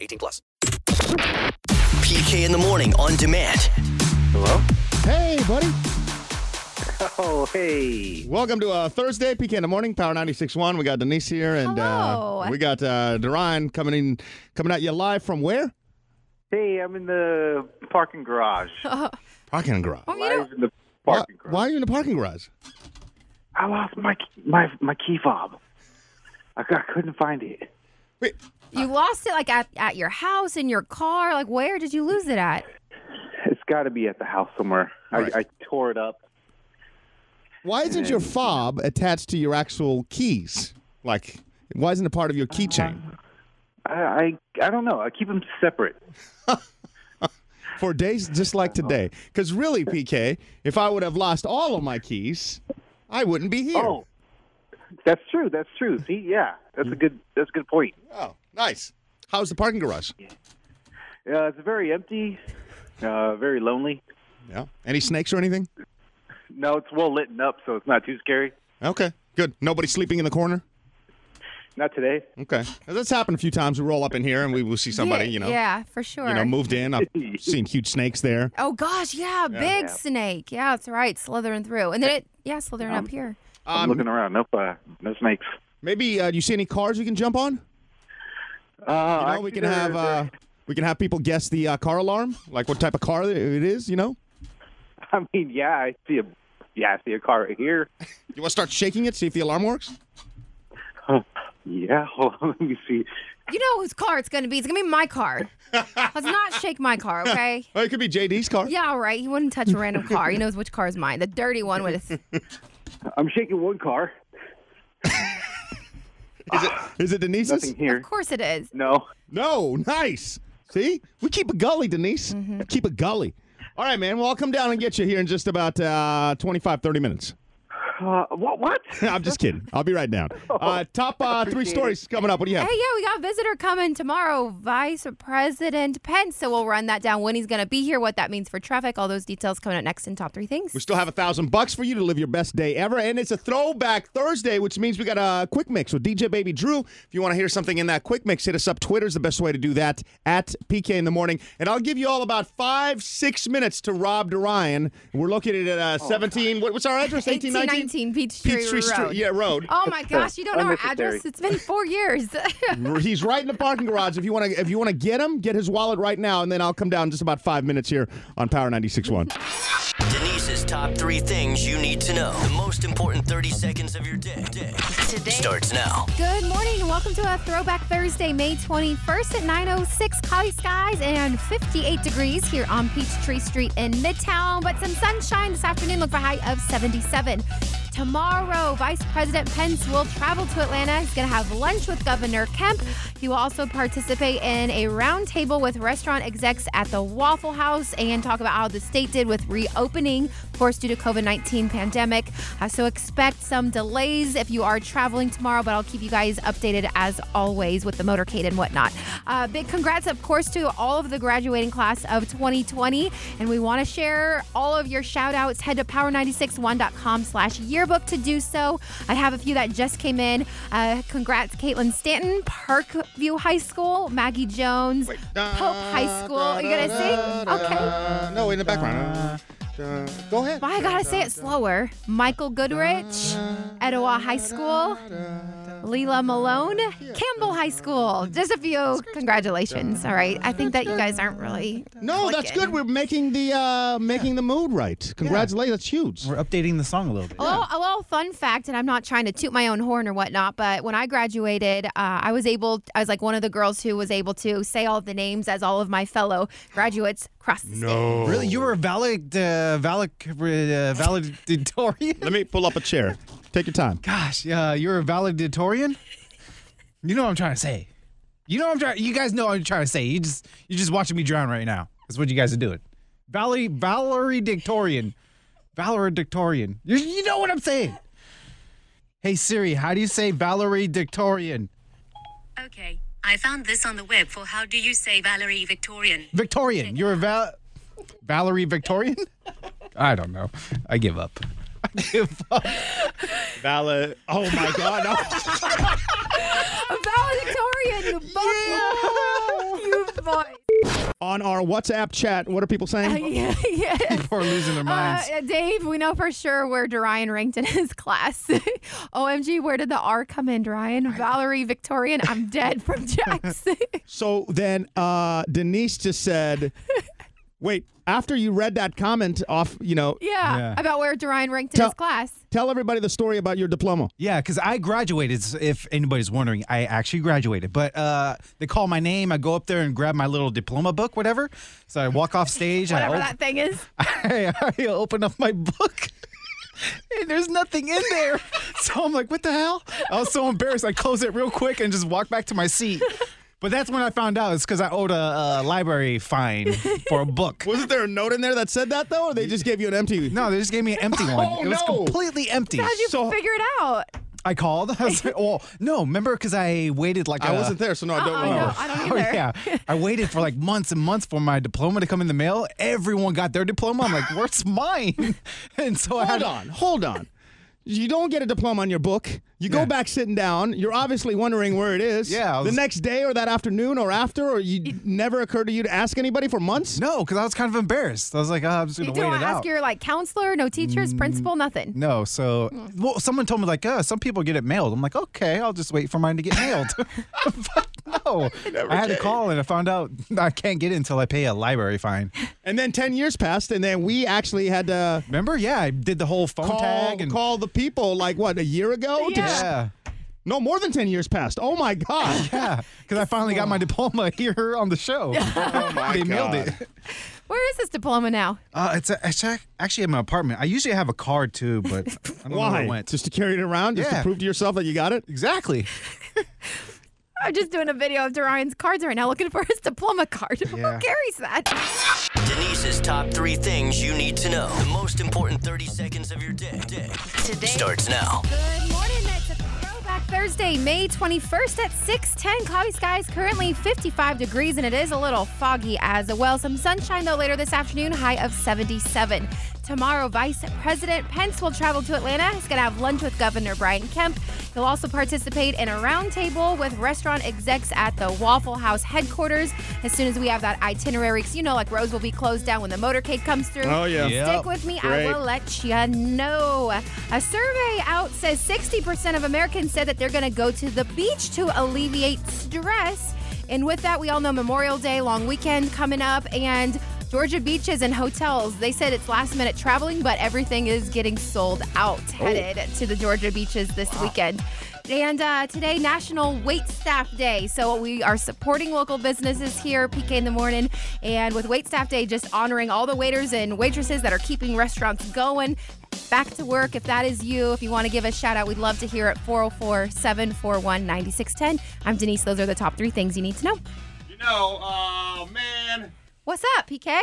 18 plus. PK in the morning on demand. Hello? Hey, buddy. Oh, hey. Welcome to uh, Thursday, PK in the morning, Power 96.1. We got Denise here, and Hello. Uh, we got uh, Derine coming in, coming at you live from where? Hey, I'm in the parking garage. Parking garage. Oh, you Live don't, in the Why, parking garage. why are you in the parking garage? I lost my key- my my key fob. I, c- I couldn't find it. Wait, you lost it like at, at your house in your car. Like where did you lose it at? It's got to be at the house somewhere. Right. I, I tore it up. why isn't your fob attached to your actual keys? Like, why isn't it part of your keychain? I, I I don't know. I keep them separate. for days just like today. Because really, PK, if I would have lost all of my keys, I wouldn't be here. Oh, that's true. That's true. See, yeah, that's a good that's a good point. Oh, nice. How's the parking garage? Uh, it's very empty, uh, very lonely. Yeah. Any snakes or anything? No, it's well lit up, so it's not too scary. Okay, good. Nobody sleeping in the corner? Not today. Okay. Now, That's happened a few times. We roll up in here and we will see somebody, Yeah, you know, Yeah, for sure. you know, moved in. I've seen huge snakes there. oh gosh, yeah, big snake. Yeah, that's right, slithering through, and then it yeah, slithering Um, up here. I'm looking around. Nope, uh, no snakes. Maybe uh, do you see any cars we can jump on? You Uh, know, actually, we can there- have there- uh, we can have people guess the uh, car alarm, like what type of car it is. You know, I mean, yeah, I see a yeah, I see a car right here. you want to start shaking it, see if the alarm works. Yeah, hold on, let me see. You know whose car it's gonna be? It's gonna be my car. Let's not shake my car, okay? Oh, it could be JD's car. Yeah, all right. He wouldn't touch a random car. He knows which car is mine. The dirty one with I'm shaking one car. Is it Denise's? Nothing here. Of course it is. No. No, nice. See, we keep a gully, Denise. Mm-hmm. Keep a gully. All right, man. Well, I'll come down and get you here in just about uh, 25, 30 minutes. Uh, what? What? I'm just kidding. I'll be right down. Uh, top uh, three stories coming up. What do you have? Hey, yeah, we got a visitor coming tomorrow, Vice President Pence. So we'll run that down when he's going to be here, what that means for traffic, all those details coming up next in Top 3 Things. We still have a thousand bucks for you to live your best day ever, and it's a throwback Thursday, which means we got a quick mix with DJ Baby Drew. If you want to hear something in that quick mix, hit us up. Twitter's the best way to do that at PK in the morning, and I'll give you all about five, six minutes to Rob DeRyan. We're located at uh, 17. What, what's our address? 1819 Peachtree, Peachtree Road. Street. Yeah, road. Oh my gosh, you don't know our Unnecessary. address? It's been four years. He's right in the parking garage. If you want to, if you want to get him, get his wallet right now, and then I'll come down in just about five minutes here on Power 96.1. Denise's top three things you need to know. The most important 30 seconds of your day. day. Today starts now. Good morning and welcome to a Throwback Thursday, May 21st at 9.06, cloudy skies and 58 degrees here on Peachtree Street in Midtown, but some sunshine this afternoon, look for a high of 77. Tomorrow, Vice President Pence will travel to Atlanta. He's going to have lunch with Governor Kemp. He will also participate in a roundtable with restaurant execs at the Waffle House and talk about how the state did with reopening, of course, due to COVID 19 pandemic. Uh, so expect some delays if you are traveling tomorrow, but I'll keep you guys updated as always with the motorcade and whatnot. Uh, big congrats, of course, to all of the graduating class of 2020. And we want to share all of your shout outs. Head to power961.com slash yearbook to do so. I have a few that just came in. Uh, congrats, Caitlin Stanton, Parkview High School, Maggie Jones, Pope High School. Are you going to sing? Okay. Uh, No, in the background. Uh, Go ahead. Why I gotta say it slower. Michael Goodrich, Etowah High School, Leela Malone, Campbell High School. Just a few. Congratulations. All right. I think that you guys aren't really. No, that's good. clicking. We're making the uh, making the mood right. Congratulations, that's huge. We're updating the song a little bit. A little, a little fun fact, and I'm not trying to toot my own horn or whatnot, but when I graduated, uh, I was able, I was like one of the girls who was able to say all the names as all of my fellow graduates across the state. Really, you were a valid, uh, valid, uh, valedictorian. Let me pull up a chair. Take your time. Gosh, yeah, you're a valedictorian. You know what I'm trying to say. You know what I'm trying. You guys know what I'm trying to say. You just you're just watching me drown right now. That's what you guys are doing. Valerie Valerie Dictorian, valedictorian. You you know what I'm saying. Hey Siri, how do you say Valerie Dictorian? Okay, I found this on the web for how do you say Valerie Victorian. Victorian. You're a Val Valerie Victorian? I don't know. I give up. I give up. Valid. Oh my God. No. A valedictorian, you butt. You boy. On our WhatsApp chat, what are people saying? yeah, yeah. People are losing their Uh, minds. Dave, we know for sure where Dorian ranked in his class. OMG, where did the R come in, Dorian? Valerie Victorian, I'm dead from Jax. So then uh, Denise just said, wait, after you read that comment off, you know, yeah, Yeah. about where Dorian ranked in Tell- his class. tell everybody the story about your diploma. Yeah, because I graduated. If anybody's wondering, I actually graduated. But uh, they call my name. I go up there and grab my little diploma book, whatever. So I walk off stage. Whatever I, that thing is. I, I open up my book, and there's nothing in there. so I'm like, what the hell? I was so embarrassed. I closed it real quick and just walked back to my seat. But that's when I found out it's because I owed a, uh library fine for a book. Wasn't there a note in there that said that though, or they just gave you an empty? No, they just gave me an empty one. Oh, it was no. completely empty. How'd you So- figure it out? I called. I was like, well, no, remember because I waited like I a- wasn't there, so no, I don't Uh-uh, remember. no. I don't Oh, either. yeah. I waited for like months and months for my diploma to come in the mail. Everyone got their diploma. I'm like, where's mine? And so I had Hold on, hold on. You don't get a diploma on your book. You go Yeah. back sitting down. You're obviously wondering where it is. Yeah, I was- the next day or that afternoon or after, or you never occurred to you to ask anybody for months. No, because I was kind of embarrassed. I was like, oh, I'm just You gonna don't wait it ask out. Mm. your like counselor, no teachers, principal, nothing. no, so Hmm. well, someone told me like, uh, some people get it mailed. I'm like, okay, I'll just wait for mine to get mailed. but no, I had to call and I found out I can't get it until I pay a library fine. And then ten years passed, and then we actually had to Remember? Yeah, I did the whole phone call, tag and call the people like what a year ago. Yeah. yeah. No, more than ten years passed. Oh my god. Yeah, because I finally got my diploma here on the show. they mailed it. Where is this diploma now? Uh, it's, a, it's ac- actually in my apartment. I usually have a card too, but I don't know where Why? it went. Just to carry it around, just to Yeah. prove to yourself that you got it. exactly. I'm just doing a video of Dorian's cards right now, looking for his diploma card. Yeah. Who carries that? Denise's top three things you need to know. The most important 30 seconds of your day. day. Today. Starts now. Good morning. That's a throwback Thursday, May 21st at 6:10. Cloudy skies, currently 55 degrees, and it is a little foggy as well. Some sunshine though later this afternoon, high of 77. Tomorrow, Vice President Pence will travel to Atlanta. He's going to have lunch with Governor Brian Kemp. He'll also participate in a roundtable with restaurant execs at the Waffle House headquarters. As soon as we have that itinerary, 'cause you know, like Rose will be closed down when the motorcade comes through. Oh, yeah. Yeah. Stick with me. I Great. will let you know. A survey out says 60% of Americans said that they're going to go to the beach to alleviate stress. And with that, we all know Memorial Day, long weekend coming up, and Georgia beaches and hotels. They said it's last minute traveling, but everything is getting sold out. Headed to the Georgia beaches this weekend. And uh, today, National Wait Staff Day. So we are supporting local businesses here, PK in the morning, and with Wait Staff Day, just honoring all the waiters and waitresses that are keeping restaurants going. Back to work. If that is you, if you want to give a shout out, we'd love to hear it. 404 741 9610. oh. I'm Denise. Those are the top three things you need to know. You know, oh man. Uh, What's up, PK?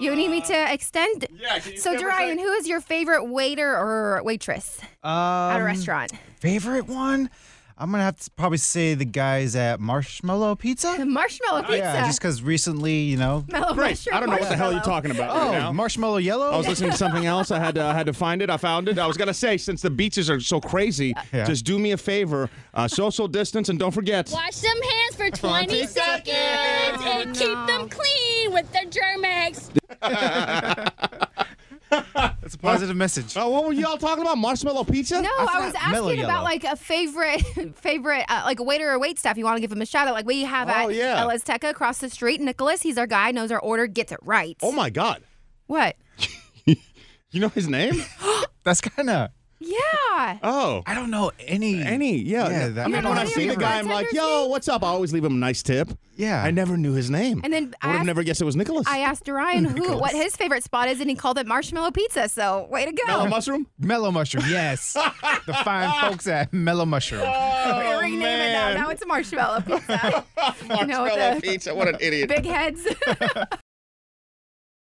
you need me to extend? yeah, can you so, step Dorian, aside? who is your favorite waiter or waitress at a Um, restaurant? favorite one? I'm gonna have to probably say the guys at Marshmallow Pizza. The marshmallow Oh, pizza. Yeah, just because recently, you know. Mellow Great. mushroom I don't know what the hell you're marshmallow. talking about Oh, right now. Marshmallow Yellow. I was listening to something else. I had to, I had to find it. I found it. I was gonna say since the beaches are so crazy, Yeah. just do me a favor, uh, social distance, and don't forget. Wash them hands for 20 seconds and keep them clean with their Germex. That's a positive message. Uh, what were y'all talking about? Marshmallow pizza? No, I I, was forgot asking mellow about yellow. like a favorite, favorite, uh, like a waiter or wait staff. You want to give him a shout out? Like we have Oh, at yeah. El Azteca across the street. Nicholas, he's our guy, knows our order, gets it right. Oh my Oh God! What? You know his name? That's kind of Yeah. Oh. I don't know any. Any, yeah. Yeah, that- I mean, Yeah, when I any see of the your guy, I'm like, yo, bartenders what's up? I always leave him a nice tip. Yeah. I never knew his name. And then I would I have asked- never guessed it was Nicholas. I asked Ryan who what his favorite spot is, and he called it Marshmallow Pizza. So way to go. Mellow mushroom? Mellow Mushroom, yes. the fine folks at Mellow Mushroom. They rename Oh, it now. Now it's Marshmallow Pizza. you know, with the pizza. What an idiot. big heads.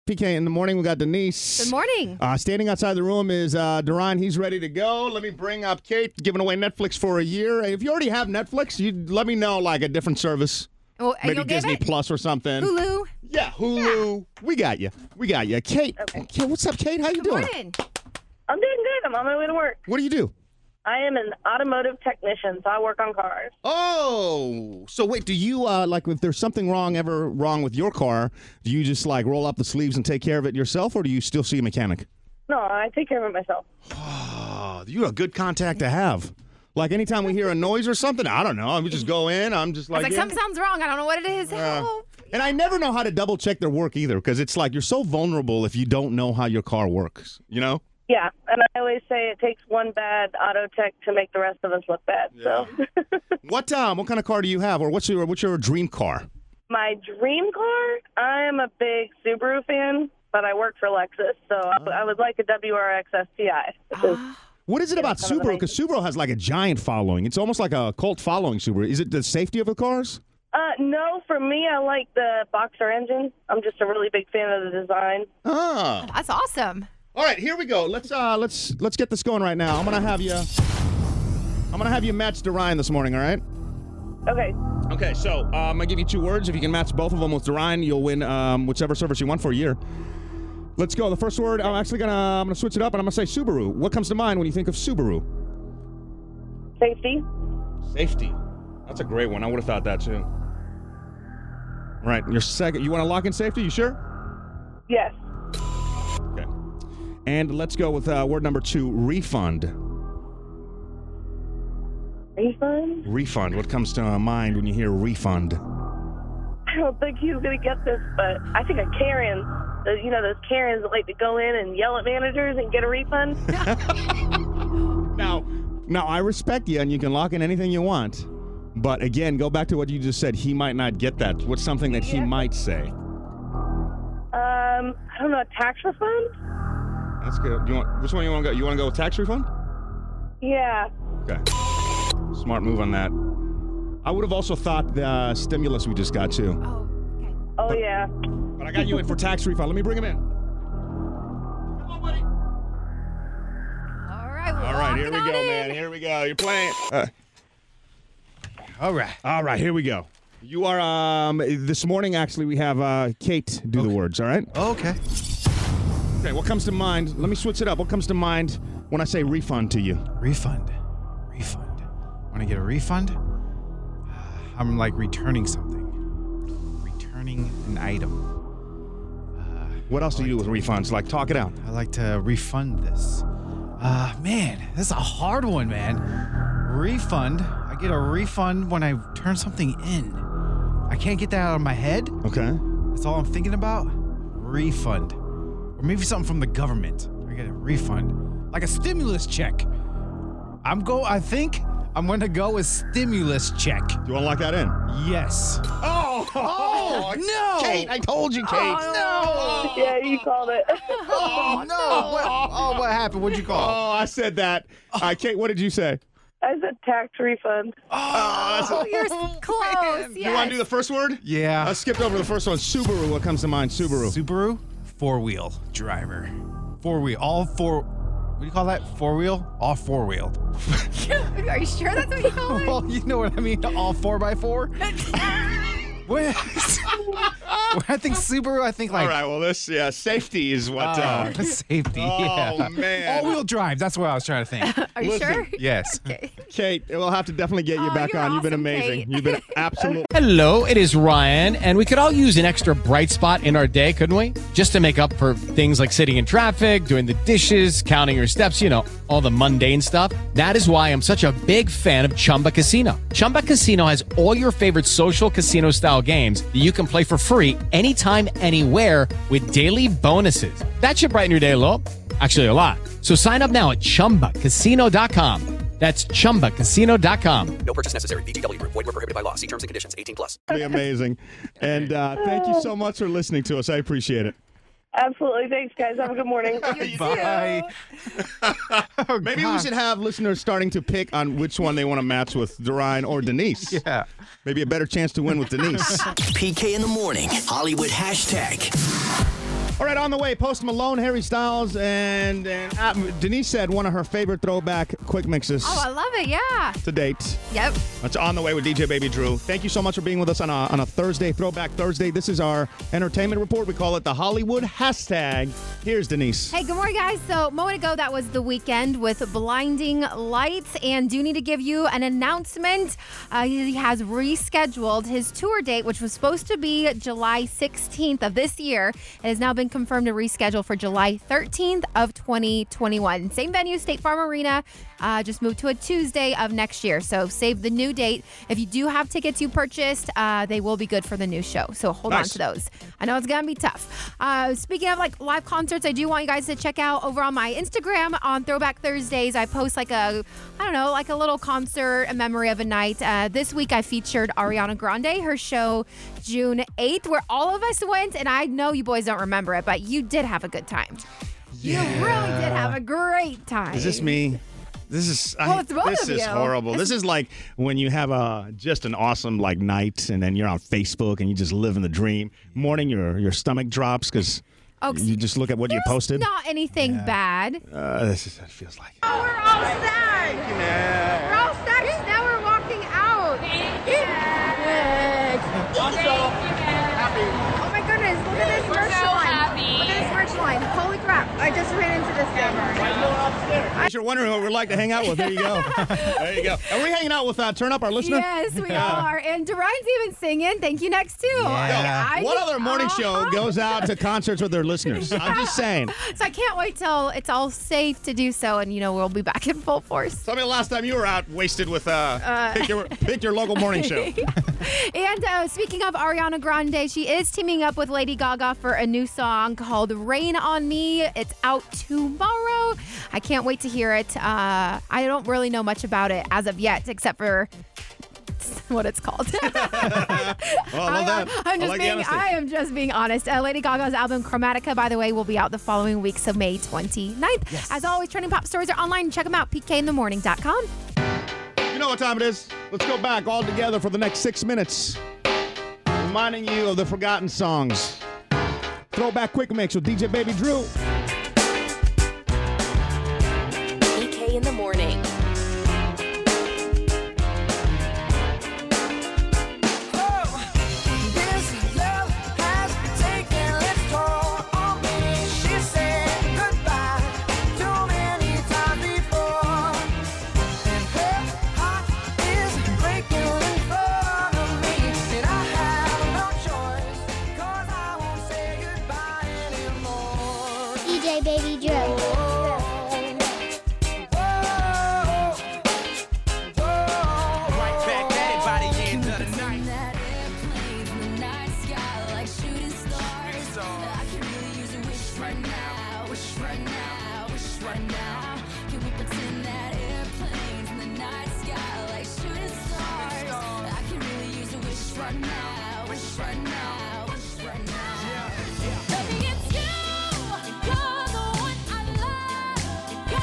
PK in the morning. We got Denise. Good morning. Uh, standing outside the room is uh, Duran. He's ready to go. Let me bring up Kate, giving away Netflix for a year. If you already have Netflix, you let me know like a different service, Well, and maybe you'll give Disney it Plus or something. Hulu. Yeah, Hulu. We got you. We got you, Kate. Kate, what's up, Kate? How you Good doing? morning. I'm doing good. I'm on my way to work. What do you do? I am an automotive technician, so I work on cars. Oh, so wait. Do you uh, like if there's something wrong ever wrong with your car? Do you just like roll up the sleeves and take care of it yourself, or do you still see a mechanic? No, I take care of it myself. Oh, you're a good contact to have. Like anytime we hear a noise or something, I don't know. I would just go in. I'm just I like, was like, yeah. something sounds wrong. I don't know what it is. Help. and I never know how to double check their work either, because it's like you're so vulnerable if you don't know how your car works. You know? Yeah, and I always say it takes one bad auto tech to make the rest of us look bad. So What um, what kind of car do you have, or what's your what's your dream car? my dream car, I am a big Subaru fan, but I work for Lexus, so I I would like a WRX STI. which is- Ah. What is it about kind of Subaru? Because Subaru has like a giant following. It's almost like a cult following Subaru. Is it the safety of the cars? Uh, no, for me, I like the boxer engine. I'm just a really big fan of the design. Ah. That's awesome. All right, here we go. Let's uh let's let's get this going right now. I'm gonna have you I'm gonna have you match Ryan this morning, all right? Okay, Okay, so uh, I'm gonna give you two words. If you can match both of them with Ryan, you'll win um, whichever service you want for a year. Let's go. The first word. I'm actually gonna I'm gonna switch it up, and I'm gonna say Subaru. What comes to mind when you think of Subaru? safety. Safety. That's a great one. I would have thought that too. Right. Your second. You want to lock in safety? You sure? Yes, Okay. And let's go with uh, word number two. Refund. refund. Refund. What comes to mind when you hear refund? I don't think he's gonna get this, but I think a Karen, the, you know, those Karens that like to go in and yell at managers and get a refund. Now, now I respect you, and you can lock in anything you want. But again, go back to what you just said. He might not get that. What's something that he might say? um, I don't know, a tax refund. That's good. You want which one you want to go? You want to go with tax refund? Yeah, Okay. Smart move on that. I would have also thought the uh, stimulus we just got too. Oh, oh okay. yeah. But I got you in for tax refund. Let me bring him in. All right. All right, here we go, man. Here we go. You're playing. Uh, All right. all right, here we go. You are um this morning actually we have uh Kate do the words, all right? Okay. Okay, what comes to mind? Let me switch it up. What comes to mind when I say refund to you? Refund. Refund. Want to get a refund? I'm like returning something. Returning an item. What else do you do with refunds? Like talk it out. I like to refund this. Uh, man, this is a hard one, man. Refund. I get a refund when I turn something in. I can't get that out of my head. Okay. That's all I'm thinking about. Refund. Or maybe something from the government. I get a refund. Like a stimulus check. I'm go I think I'm gonna go with stimulus check. Do you want to lock that in? Yes. Oh, Oh, no! Kate, I told you, Kate. Oh, Yeah, you called it. Oh no! What, oh what happened? What'd you call? Oh, I said that. Uh, Kate, what did you say? I said tax refund. Oh, you're s- close. Yes. You want to do the first word? Yeah. I skipped over the first one. Subaru. What comes to mind? Subaru. Subaru four wheel driver. Four wheel all four what do you call that? Four wheel? All four wheeled. Are you sure that's what you call it? Well, Oh, you know what I mean? All four by four? when, when I think Subaru, I think like All right. Well, this yeah, safety is what. Uh, Uh, safety. oh yeah. man. All wheel drive. That's what I was trying to think. Are you Listen. sure? yes. Kate, we'll have to definitely get you Oh, back you're on. You've been awesome, amazing. Kate. You've been absolutely. Hello, it is Ryan, and we could all use an extra bright spot in our day, couldn't we? Just to make up for things like sitting in traffic, doing the dishes, counting your steps, you know, all the mundane stuff. That is why I'm such a big fan of Chumba Casino. Chumba Casino has all your favorite social casino style games that you can play for free anytime, anywhere with daily bonuses. That should brighten your day, a little. Actually, a lot. So sign up now at chumbacasino.com. That's chumbacasino.com. No purchase necessary. VGW Group. Void were prohibited by law. See terms and conditions. 18 plus. Be amazing. And uh, thank you so much for listening to us. I appreciate it. Absolutely. Thanks, guys. Have a good morning. Bye. Maybe we should have listeners starting to pick on which one they want to match with, Dorine or Denise. Yeah. Maybe a better chance to win with Denise. PK in the morning, Hollywood hashtag. All right, on the way, Post Malone, Harry Styles, and, and uh, Denise said one of her favorite throwback quick mixes Oh, I love it. Yeah. to date. Yep. That's on the way with DJ Baby Drew. Thank you so much for being with us on a, on a Thursday, Throwback Thursday. This is our entertainment report. We call it the Hollywood hashtag. Here's Denise. Hey, good morning, guys. So, a moment ago, that was the weekend with blinding lights, and do need to give you an announcement. Uh, he has rescheduled his tour date, which was supposed to be July 16th of this year. It has now been confirmed to reschedule for July 13th of 2021. Same venue, State Farm Arena. Uh, just moved to a Tuesday of next year. So save the new date. If you do have tickets you purchased, uh, they will be good for the new show. So hold Nice. on to those those. I know it's gonna be tough. Uh, speaking of like live concerts, I do want you guys to check out over on my Instagram on Throwback Thursdays. I post like a, I don't know, like a little concert, a memory of a night. Uh, this week I featured Ariana Grande, her show June 8th, where all of us went, and I know you boys don't remember it, but you did have a good time. You really did have a great time. Is this me? This is Well, it's both this of is you. horrible. It's- This is like when you have a just an awesome like night, and then you're on Facebook and you just live in the dream. Morning, your your stomach drops because Oh, you just look at what you There's posted. Not anything bad. uh, this is, that feels like. all sad. We're all sad 'cause now we're walking out. Good. I'm so happy. Oh my goodness, look at this We're merch so line. happy. Look at this merch line. Holy crap, I just ran into this thing. I- If you're wondering what we're like to hang out with, there you go. there you go. Are we hanging out with uh, Turn Up, our listener? Yes, we Yeah. are. And Derine's even singing. Thank you next too. Yeah. I What just- uh-huh. other morning show goes out to concerts with their listeners? I'm just saying. So I can't wait till it's all safe to do so, and you know we'll be back in full force. Tell me the last time you were out wasted with uh, Uh, pick your pick your local morning show. And uh, speaking of Ariana Grande, she is teaming up with Lady Gaga for a new song called "Rain on Me." It's out tomorrow. I can't wait to hear it. Uh, I don't really know much about it as of yet, except for what it's called. Oh, I love that. I'm just like the being. honesty. I am just being honest. Uh, Lady Gaga's album Chromatica, by the way, will be out the following week, so May 29th. As always, trending pop stories are online. Check them out. PKInTheMorning.com. You know what time it is. Let's go back all together for the next six minutes. Reminding you of the forgotten songs. Throwback quick mix with DJ Baby Drew. EK in the morning. This love has taken its toll on me. She said goodbye too many times before. And her heart is breaking in front of me. And I have no choice, 'cause I won't say goodbye anymore. Oh, DJ Baby Right back at it by the end of the night. Right now, wish right now, wish right now. Yeah, yeah. Baby, it's you. You're the one I love.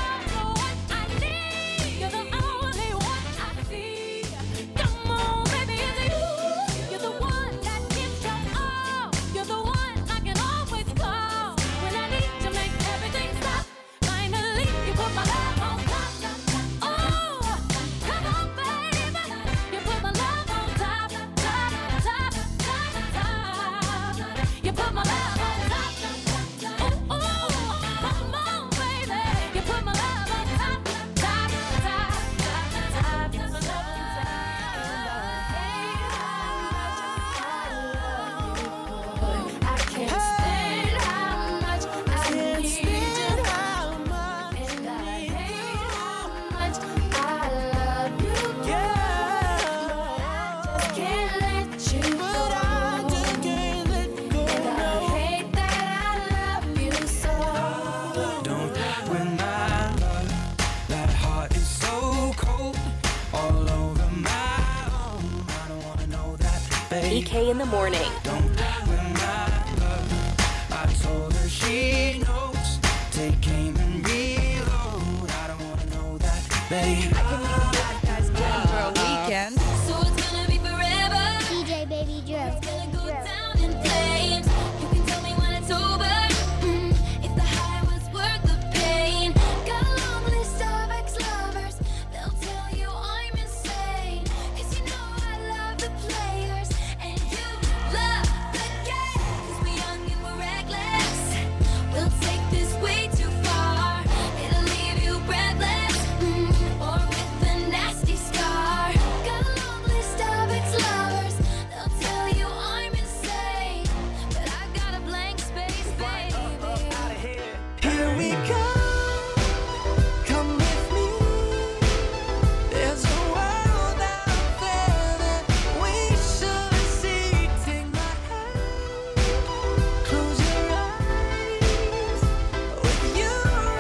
BK in the morning. I told her she knows. Take aim and reload. I don't wanna know that, babe. I can be that guy's for a weekend. So it's gonna be forever. DJ Baby Drew. It's gonna go down in flames. You can tell me when it's over. Mm, if the high was worth the pain. Got a long list of ex-lovers. They'll tell you I'm insane. 'Cause you know I love the players. And you love the game. 'Cause we young and we're reckless. We'll take this way too far. It'll leave you breathless. Mm, or with a nasty scar. Got a long list of ex-lovers. They'll tell you I'm insane. But I got a blank space, baby. Here we go. Come with me. There's a world out there that we should see. Take my hand. Close your eyes. With you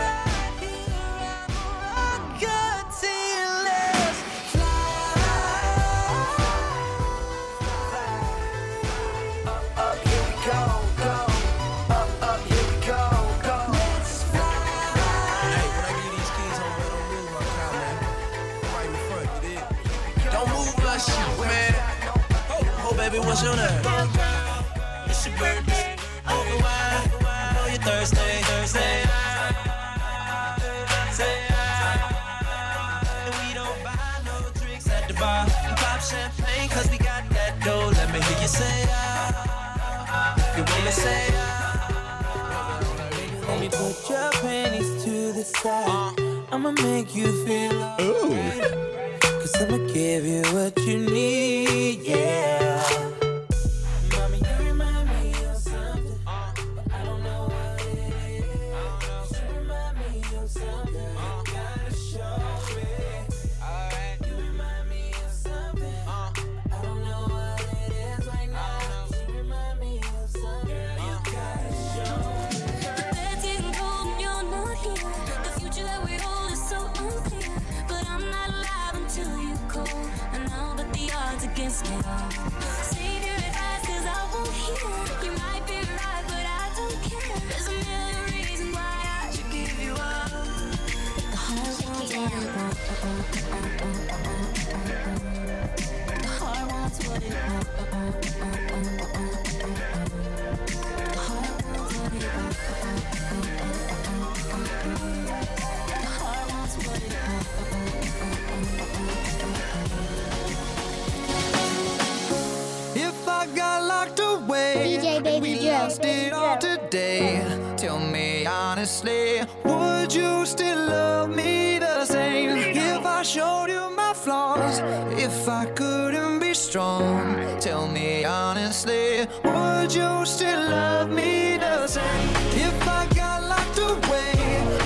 right here, I'm a rocket till let's fly. Up, up, Oh, here we go, go. Up, up, here we go, go. Let's Don't move like shit, man. Oh, oh, baby, what's your name? It's your birthday. Over wine. I know you're thirsty. Thursday. Say hi. And we don't buy no drinks at the bar. We pop champagne 'cause we got that dough. Let me hear you say ah. You wanna say ah. Let me put your panties to the side. I'ma make you feel alright. Cause I'ma give you what you need, yeah. Mommy, you remind me of something, but I don't know what it is. You remind me of something, you gotta show it. You remind me of something, I don't know what it is right now. You remind me of something, you gotta show it. That didn't come, you're not here. The future that we hold is so unclear. But I'm not alive until you call. I know, but the odds against me are. Save your advice, 'cause I won't hear. You might be right, but I don't care. There's a million reasons why I should give you up. The heart wants what it wants. uh, uh, uh, uh, uh, uh, uh. The heart wants what it wants. uh, uh, uh, uh, uh, uh, uh. The heart wants what it wants. If I got locked away, DJ and we Baby Joe. lost it all today. Tell me honestly, would you still love me the same? If I showed you my flaws, if I couldn't be strong, tell me honestly, would you still love me the same? If I got locked away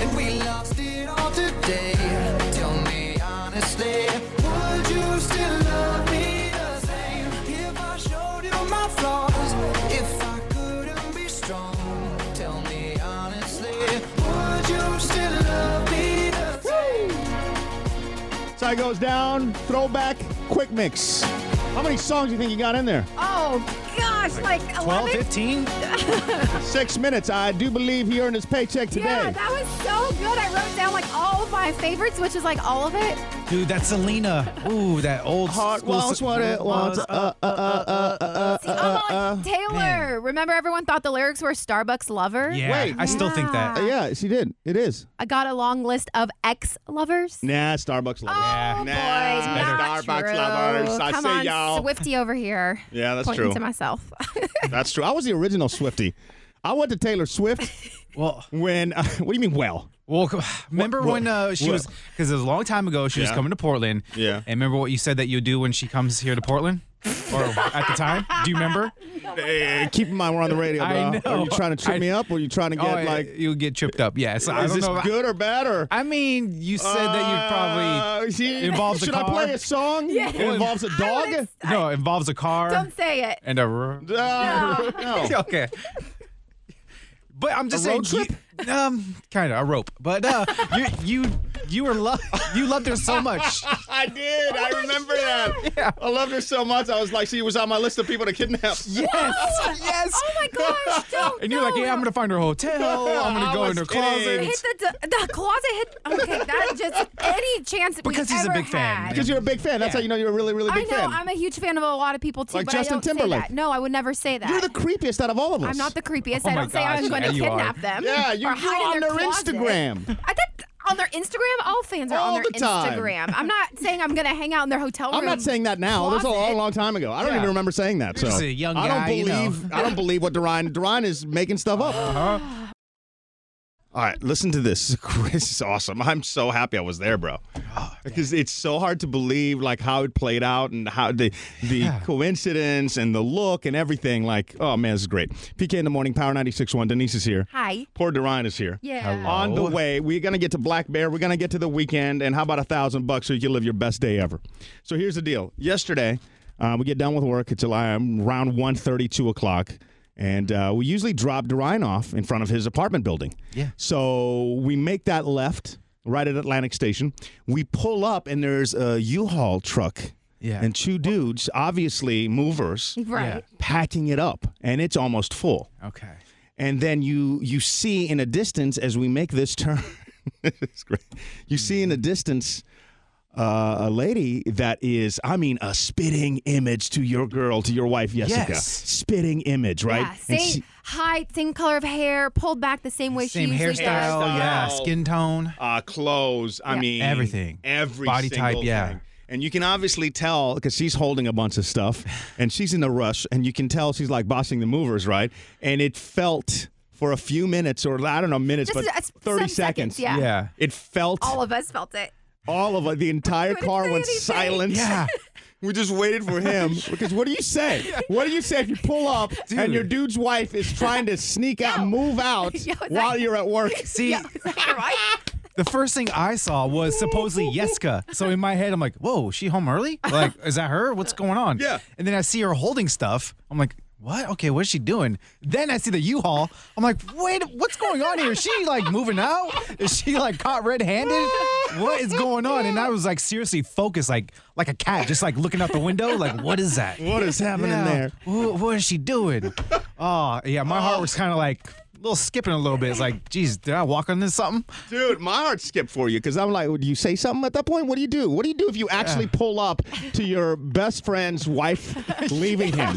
and we lost it all today, tell me honestly, would you still love me the same? If I showed you my flaws, if I couldn't be strong, tell me honestly, would you still love me the same? Side goes down, throwback, quick mix. How many songs do you think you got in there? Oh, gosh, like 12, 11? 15? Six minutes. I do believe he earned his paycheck today. Yeah, that was so good. I wrote down like all of my favorites, which is like all of it. Dude, that's Selena. Ooh, that old Heart school wants Se- what it wants. Uh, uh, uh, uh, uh, uh, uh, uh. Taylor, remember everyman thought the lyrics were Starbucks lover? Wait. Uh, yeah, she did. It is. I got a long list of ex lovers. Nah, Starbucks lover. Oh, boy, nah, not Starbucks true. lovers. I Come see on, y'all. Swifty over here. Yeah, that's pointing true. to myself. Oh. That's true. I was the original Swifty. I went to Taylor Swift. well, when uh, what do you mean? Well, Well, c- remember what- when uh, she what? was because it was a long time ago. She was Yeah. coming to Portland. Yeah. And remember what you said that you would do when she comes here to Portland, or at the time? Do you remember? Hey, keep in mind we're on the radio, bro. I know. Are you trying to trip I- me up, or are you trying to Oh, get yeah, like? you'll get tripped up. Yeah. So I is don't this know. about- good or bad or? I mean, you said that you probably involves a Should I car. play a song? Yeah. It involves a dog. no, it involves a car Don't say it. and a. r- No. okay. But I'm just A saying, road you- um, kind of a rope. But uh, you you You were love. You loved her so much. I did. I remember that. I loved her so much. I was like, she was on my list of people to kidnap. Yes. yes. Oh my gosh. Don't. And you're like, yeah, I'm gonna find her hotel. I'm gonna I go in was her kidding. closet. Hit the, the closet hit. Okay, that just any chance that Because we he's a ever big fan, had. man. Because you're a big fan. That's how you know you're a really, really I big know fan. I'm a huge fan of a lot of people too, Like but Justin I don't Timberlake. say that. No, I would never say that. you're the creepiest out of all of us. I'm not the creepiest. Oh I my don't say gosh, I'm going yeah, to you are. kidnap them. Yeah, or you're, hide you're on in their closet. Instagram. I think on their Instagram, all fans are All on their the time. Instagram. I'm not saying I'm going to hang out in their hotel room. I'm not saying that now. This was a long, long time ago. I don't Yeah. even remember saying that. You're so just a young I don't guy, you know. Uh-huh. believe. I don't believe what Duran. Duran is making stuff up. All right, listen to this. This is awesome. I'm so happy I was there, bro. Because it's so hard to believe like how it played out and how the the coincidence and the look and everything. Like, oh man, this is great. PK in the morning, Power 96.1. Denise is here. Hi. Poor Duran is here. Yeah. Hello. On the way, we're gonna get to Black Bear. We're gonna get to the weekend, and how about a thousand bucks so you can live your best day ever? So here's the deal. Yesterday, uh, we get done with work. It's um, around 1.30, 2 o'clock, and uh, we usually drop Duran off in front of his apartment building. Yeah. So we make that left right at Atlantic Station. We pull up, and there's a U-Haul truck. Yeah. And two dudes, obviously movers, Right. packing it up, and it's almost full Okay. and then you you see in a distance as we make this turn it's great you see in Mm-hmm. a distance uh, a lady that is i mean a spitting image to your girl to your wife jessica Yes. spitting image right Yeah, And same she- height, same color of hair, pulled back the same way Same she usually hairstyle. does. Yeah. Hairstyle. Skin tone. uh, clothes. I Yeah. mean, Everything. every Body single type, yeah. thing. And you can obviously tell because she's holding a bunch of stuff, and she's in a rush, and you can tell she's like bossing the movers, right? And it felt for a few minutes, or I don't know, minutes, Just but a- s- thirty some seconds, yeah. Yeah. it felt All of us felt it. all of it. The entire Couldn't car say went anything. silent. Yeah. We just waited for him because what do you say? What do you say if you pull up and Dude. your dude's wife is trying to sneak out, move out Yo, that- while you're at work? See, Is that right? the first thing I saw was supposedly Yeska. So in my head, I'm like, whoa, she home early? Like, is that her? What's going on? Yeah. And then I see her holding stuff. I'm like, what? Okay, what's she doing? Then I see the U-Haul. I'm like, wait, what's going on here? Is she like moving out? Is she like caught red-handed? What is going on? And I was like seriously focused, like like a cat, just like looking out the window, like what is that? What is happening there? Wh- what is she doing? Oh, yeah, my heart was kind of like a little skipping a little bit. It's like, geez, did I walk on this something? Dude, my heart skipped for you because I'm like, would you say something at that point? What do you do? What do you do if you actually pull up to your best friend's wife leaving him?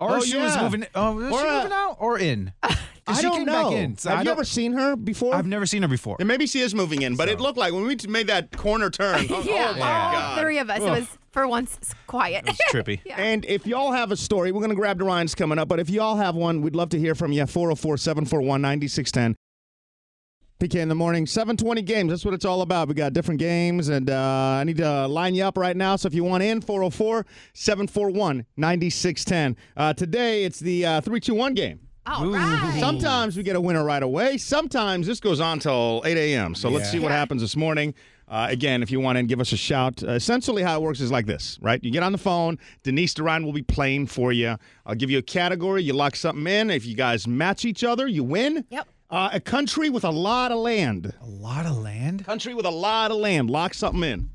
Or Oh, she was yeah. moving. Oh, was Or, she uh, moving out or in? 'Cause I she don't came know. Back in, so have I you don't- ever seen her before? I've never seen her before. And maybe she is moving in, but it looked like when we made that corner turn. oh, yeah. oh my all God. Oh. three of us. It Ugh. was for once s- quiet. trippy. And if y'all have a story, we're going to grab Ryan's coming up, but if y'all have one, we'd love to hear from oh you. 404 741 9610. PK in the morning, 720 games. That's what it's all about. We got different games, and uh, I need to line you up right now. So if you want in, uh, 404 741 9610. Today, it's the uh, 3 2 1 game. All right. Sometimes we get a winner right away. Sometimes this goes on till 8 a.m. So let's Yeah. see what happens this morning. Uh, again, if you want in, give us a shout. Uh, essentially, how it works is like this, right? You get on the phone. Denise Duran will be playing for you. I'll give you a category. You lock something in. If you guys match each other, you win. Yep. Uh, a country with a lot of land. Oh. A lot of land? Country with a lot of land. Lock something in.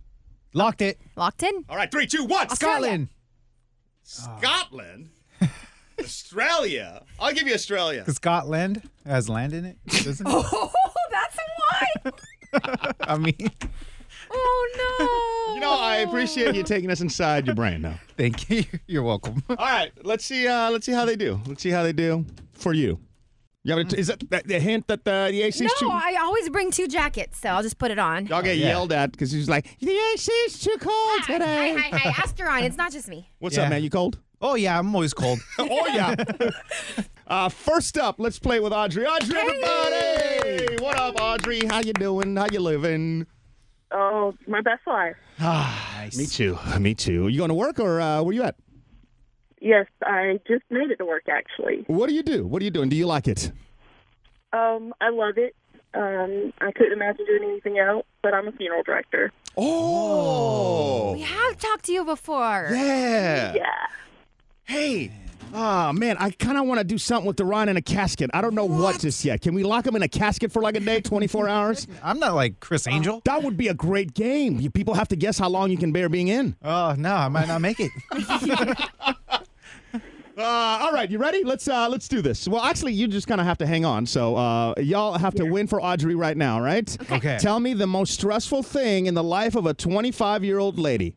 Locked it. Locked in. All right, three, two, one. Oh, Australia. Ah. Scotland. Australia. I'll give you Australia. Scotland has land in it, doesn't it? Oh, that's why. I mean, Oh no. You know, I appreciate you taking us inside your brain now. Thank you. You're welcome. All right, let's see. Uh, let's see how they do. Let's see how they do for you. You have a, is that, that the hint that the, the AC's No, too? I always bring two jackets, so I'll just put it on. I'll get yelled at because he's like, "The AC's too cold Hi, today." hi, hi. Ask Duran. It's not just me. What's up, man? You cold? Oh yeah, I'm always cold. oh yeah. uh, first up, let's play with Audrey. Audrey, everybody! What up, Audrey? How you doing? How you living? Oh, my best life. Ah, nice. Me too. Me too. You going to work or uh, where you at? Yes, I just made it to work actually. What do you do? What are you doing? Do you like it? Um, I love it. Um, I couldn't imagine doing anything else, but I'm a funeral director. Oh. We have talked to you before. Yeah. Yeah. Hey. Oh man, I kind of want to do something with Deron in a casket. I don't know what? just yet. Can we lock him in a casket for like a day, 24 hours? I'm not like Oh. Chris Angel. that would be a great game. You people have to guess how long you can bear being in. Oh no, I might not make it. Uh, all right, you ready? Let's uh, let's do this. Well, actually, you just kind of have to hang on. So uh, y'all have to win for Audrey right now, right? Okay. Okay. Tell me the most stressful thing in the life of a 25 year old lady.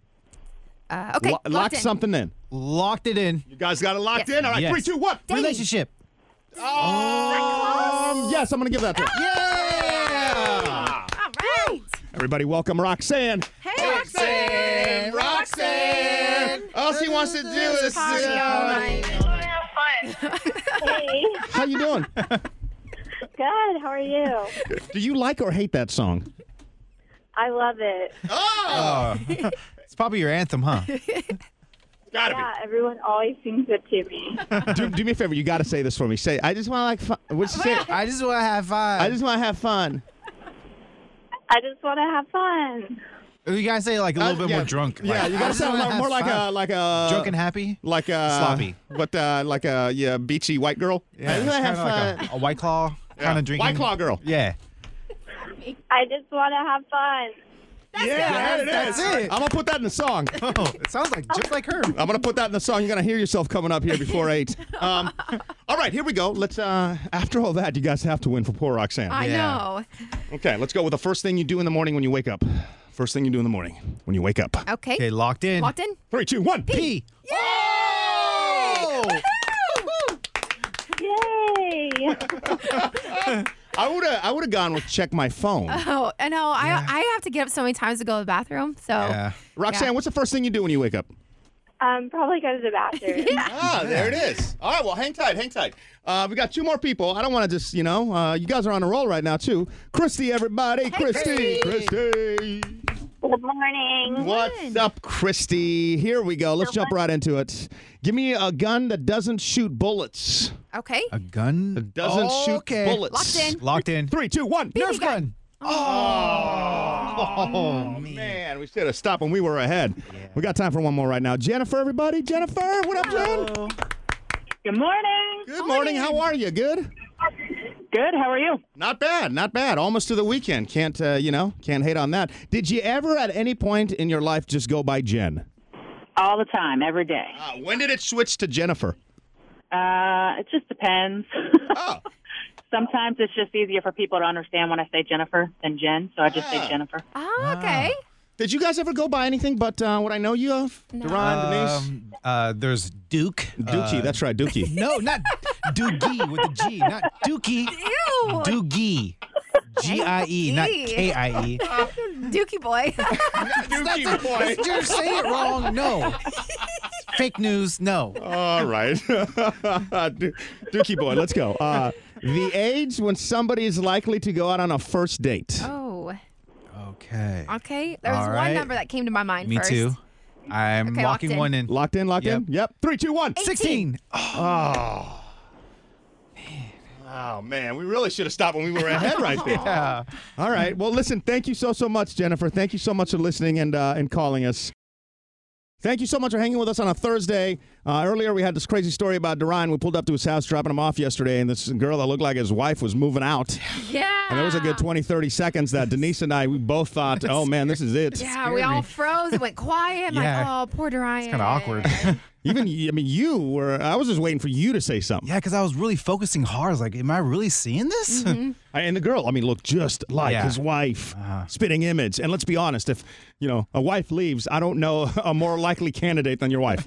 Uh, Lo- okay, locked lock in. something in. Locked it in. You guys got it locked in. All right, Yes. three, two, one. Dating. Relationship. Um, yes, I'm gonna give that to. her. Yeah. Ah! All right. Everybody, welcome Roxanne. Hey, Roxanne, Roxanne. All she wants to do is party sit all down. night. Hey, How you doing? good. How are you? do you like or hate that song? I love it. Oh. it's probably your anthem, huh? yeah, everyone always sings it to me. do, do me a favor. You got to say this for me. Say, I just want to like fun. What'd you say? I just want to have fun. I just want to have fun. I just want to have fun. You gotta say it like a little bit more drunk. Uh, Yeah, you gotta sound like, more like a like a drunk and happy. like a Sloppy. but uh, like a yeah beachy white girl. I just it's want to have kinda fun. like a, a white claw kind of drinking. White Claw girl. Yeah. I just want to have fun. yeah, there it is. I'm gonna put that in the song. Oh, it sounds like just like her. I'm gonna put that in the song. You're gonna hear yourself coming up here before eight. Um, all right, here we go. Let's. Uh, after all that, you guys have to win for poor Roxanne. I know. Okay, let's go with the first thing you do in the morning when you wake up. First thing you do in the morning when you wake up. Okay. locked in. Locked in? Three, two, one. Oh! P. Yay! I would have. I would have gone with check my phone. Oh, I know. I, I have to get up so many times to go to the bathroom. So, Roxanne, Yeah. what's the first thing you do when you wake up? Um, probably go to the bathroom. Ah, there it is. All right, well, hang tight, hang tight. Uh, we got two more people. I don't want to just, you know, uh, you guys are on a roll right now, too. Christy, everybody. Christy. Christy. Good morning. What's up, Christy? Here we go. Let's jump right into it. Give me a gun that doesn't shoot bullets. okay. A gun that doesn't shoot Oh, Okay. bullets. Locked in. Locked in. Three, two, one. Nerf gun. Oh, man. We should have stopped when we were ahead. We got time for one more right now. Jennifer, everybody. Jennifer, what up, Jen? Good morning. Good morning. How are you? Good? Good. How are you? Not bad. Not bad. Almost to the weekend. Can't, uh, you know, can't hate on that. Did you ever at any point in your life just go by Jen? All the time, every day. Uh, when did it switch to Jennifer? Uh, it just depends. Sometimes it's just easier for people to understand when I say Jennifer than Jen, so I just say Jennifer. Oh, okay. Did you guys ever go by anything but uh, what I know you of? Duran, Uh, Denise? Um, uh, there's Duke. Uh, Dookie, that's right, Dookie. No, not Doogie with the G, not Dookie. Ew. Doogie. G I E, not K I E. Dookie boy. Dookie boy. You're saying it wrong. No. Fake news. No. All right. Do- Dookie boy, let's go. Uh, the age when somebody is likely to go out on a first date. Oh, Okay. okay. There was All one right. number that came to my mind Me first. too. I'm Okay, locked locking in. one in. Locked in, locked in? Yep. Three, two, one. 18. 16. Oh. Oh man, we really should have stopped when we were ahead right there. yeah. All right. Well, listen. Thank you so so much, Jennifer. Thank you so much for listening and uh, and calling us. Thank you so much for hanging with us on a Thursday. Uh, earlier, we had this crazy story about Derine. We pulled up to his house, dropping him off yesterday, and this girl that looked like his wife was moving out. Yeah. And there was a good 20, 30 seconds that Denise and I, we both thought, oh man, this is it. Yeah, we all froze. It went quiet. Yeah. Like, oh, poor Dorian. awkward. Even, you- I mean, you were, I was just waiting for you to say something. Yeah, because I was really focusing hard. I was like, am I really seeing this? I- And the girl, I mean, looked just like Yeah. Uh-huh. his wife. Spitting image. And let's be honest, if, you know, a wife leaves, I don't know a more likely candidate than your wife.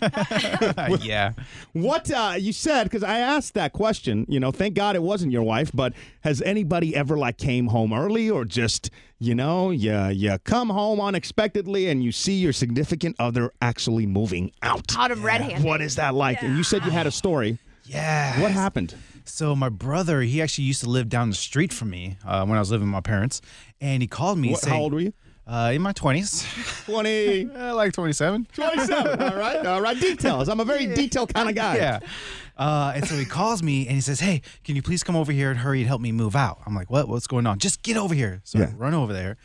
yeah. What uh, you said, because I asked that question, you know, thank God it wasn't your wife, but has anybody ever like came home early or just, you know, you, you come home unexpectedly and you see your significant other actually moving out? Out of red handed. What is that like? And you said you had a story. Yeah. What happened? So my brother, he actually used to live down the street from me uh, when I was living with my parents, and he called me. What- how saying, old were you? Uh, in my twenties. 20. like 27. 27. All right. All right. Details. I'm a very detailed kind of guy. Yeah. Uh, and so he calls me and he says, Hey, can you please come over here and hurry and help me move out? I'm like, What? What's going on? Just get over here. So I run over there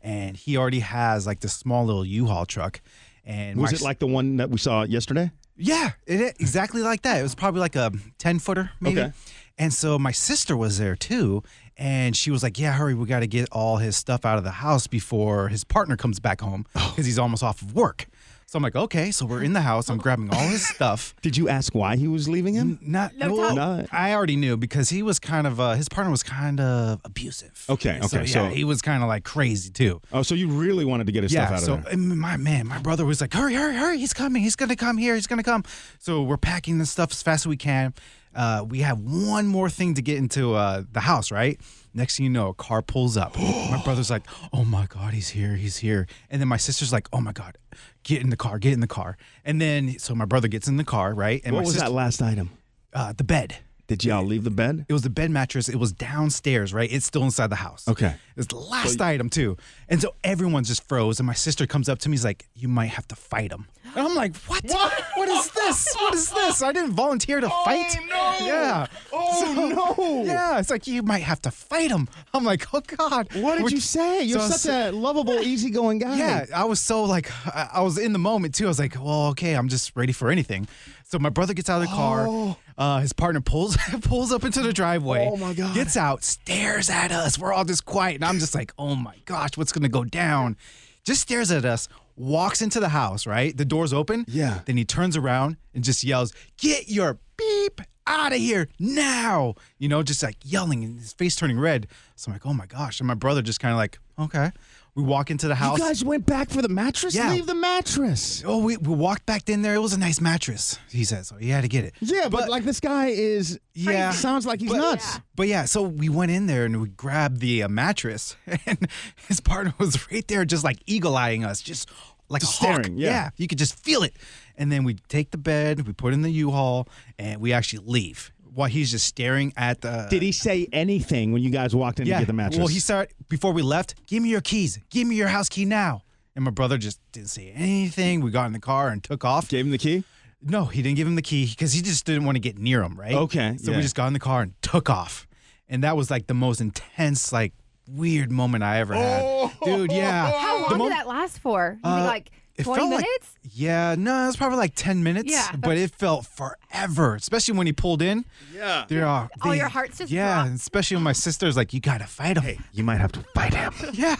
and he already has like this small little U Haul truck. And Was my- it like the one that we saw yesterday? Yeah, it, exactly like that. It was probably like a 10 footer, maybe. Okay. And so my sister was there too. And she was like, Yeah, hurry, we got to get all his stuff out of the house before his partner comes back home Oh. because he's almost off of work. So I'm like, Okay, so we're in the house. I'm grabbing all his stuff. Did you ask why he was leaving him? Not, No well, time. I already knew because he was kind of, uh, his partner was kind of abusive. Okay. So, Okay. So, yeah, he was kind of like crazy too. Oh, so you really wanted to get his stuff out so, uh, of there? and my man, my brother was like, hurry, hurry, hurry. He's coming. He's going to come here. He's going to come. So we're packing the stuff as fast as we can. Uh, we have one more thing to get into uh, the house, right? Next thing you know, a car pulls up. my brother's like, oh my God, he's here. He's here. And then my sister's like, oh my God, get in the car, get in the car. And then, so my brother gets in the car, right? And what my was that sister- last item? Uh, the bed. Did y'all leave the bed? It was the bed mattress. It was downstairs, right? It's still inside the house. Okay. It's the last So- item too. And so everyone just froze. And my sister comes up to me, he's like, You might have to fight him. And I'm like, What? what is this? What is this? I didn't volunteer to fight. no. Yeah. Oh, no. Yeah. It's like you might have to fight him. I'm like, oh God. What did you say? You're such a lovable, easygoing guy. Yeah. uh, I was so like I, I was in the moment too. I was like, well, okay, I'm just ready for anything. So my brother gets out of the car. Uh, his partner pulls pulls up into the driveway. Oh, my God. Gets out, stares at us. We're all just quiet, and I'm just like, oh my gosh, what's gonna go down? Just stares at us. Walks into the house. Right, the door's open. Yeah. Then he turns around and just yells, "Get your beep out of here now!" You know, just like yelling, and his face turning red. So I'm like, oh my gosh, and my brother just kind of like, okay. We walk into the house. You guys went back for the mattress? Yeah. Leave the mattress. Oh, we, we walked back in there. It was a nice mattress, he says. So he had to get it. Yeah, but, like this guy is. Yeah. Sounds like he's nuts. But yeah, so we went in there and we grabbed the uh, mattress, and his partner was right there, just like eagle eyeing us, just like Just a hawk. staring, yeah. you could just feel it. And then we take the bed, we put it in the U-Haul, and we actually leave while he's just staring at the. Did he say anything when you guys walked in to get the mattress? Well, he started before we left. Give me your keys. Give me your house key now. And my brother just didn't say anything. We got in the car and took off. Gave him the key? No, he didn't give him the key because he just didn't want to get near him, right? Okay, So yeah. we just got in the car and took off. And that was like the most intense, like weird moment I ever Oh. had. Dude, yeah. How The long mom- did that last for? You Uh, think like it 20 felt like- minutes? Yeah, no, it was probably like 10 minutes. Yeah. But it felt forever, especially when he pulled in. Yeah. There are All your hearts just Yeah, and especially when my sister's like, you gotta fight him. you might have to fight him. yeah.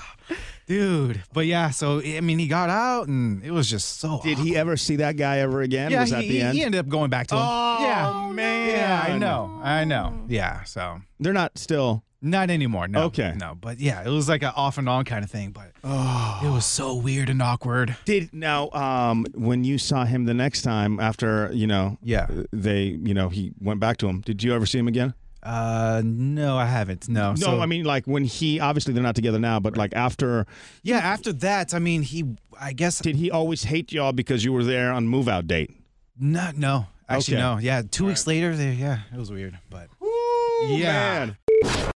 Dude. But yeah, so I mean he got out and it was just so Did he ever see that guy ever again? yeah, was that he, the he- end? he ended up going back to him. Oh, yeah. man. Yeah, I know. I know. Yeah, so They're not still. not anymore. No. Okay. No, but yeah, it was like an off and on kind of thing, but Oh. it was so weird and awkward. Did now um when you saw him the next time after you know yeah they you know he went back to him did you ever see him again uh no I haven't no no Uh, so- I mean like when he obviously they're not together now but like after Yeah, after that, I mean, he, I guess. Did he always hate y'all because you were there on move out date? No, no. Actually, Okay. no. Yeah, two weeks later, they, yeah, it was weird, but yeah. Oh,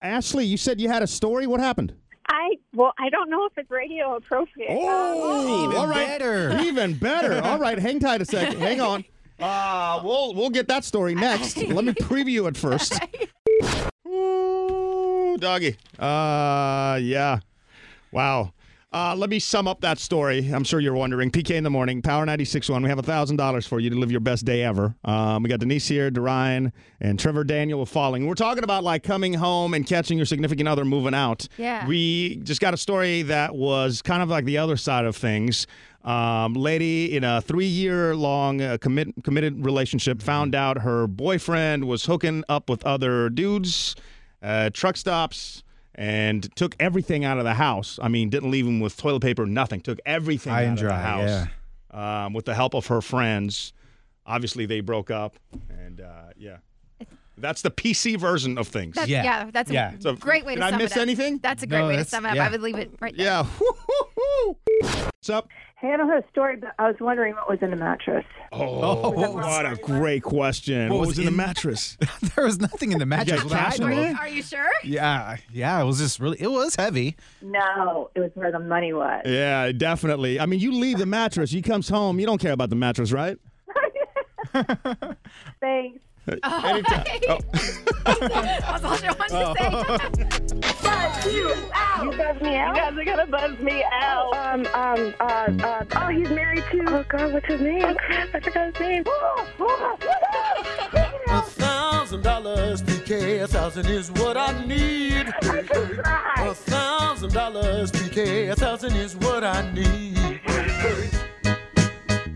Ashley, you said you had a story. What happened? I well, I don't know if it's radio appropriate. Oh, Um, all right. Even better. All right, hang tight a second. Hang on. Uh, we'll we'll get that story next. Let me preview it first. doggy. Uh, yeah. Wow. Uh, let me sum up that story. I'm sure you're wondering. PK in the morning, Power 96.1. We have $1,000 for you to live your best day ever. Um, we got Denise here, Dorian, and Trevor Daniel of Falling. We're talking about like coming home and catching your significant other moving out. Yeah. We just got a story that was kind of like the other side of things. Um, lady in a three-year-long uh, commit, committed Mm-hmm. relationship found out her boyfriend was hooking up with other dudes, uh, truck stops, and took everything out of the house. I mean, didn't leave him with toilet paper, nothing. Took everything High out and of dry, the house um, with the help of her friends. Obviously, they broke up, and uh, yeah, that's the PC version of things. That's, yeah. that's a So, great way to did I sum miss it up. anything? That's a great way to sum it up. I would leave it right there. Yeah. What's up? Hey, I don't have a story, but I was wondering what was in the mattress. Oh, what a great question. What, was, in the mattress? there was nothing in the mattress. cat when I was Are little. you, are you sure? Yeah, yeah. It was just really. It was heavy. No, it was where the money was. Yeah, definitely. I mean, you leave the mattress, he comes home, you don't care about the mattress, right? Thanks. Anytime. Oh. That's all she wanted to say. Buzz you out. You buzz me out. You guys are gonna buzz me out. Oh, Um, um, uh, uh, oh, he's married to. Oh God, what's his name? I forgot his name. A thousand dollars, PK. A thousand is what I need. A thousand dollars, PK. A thousand is what I need.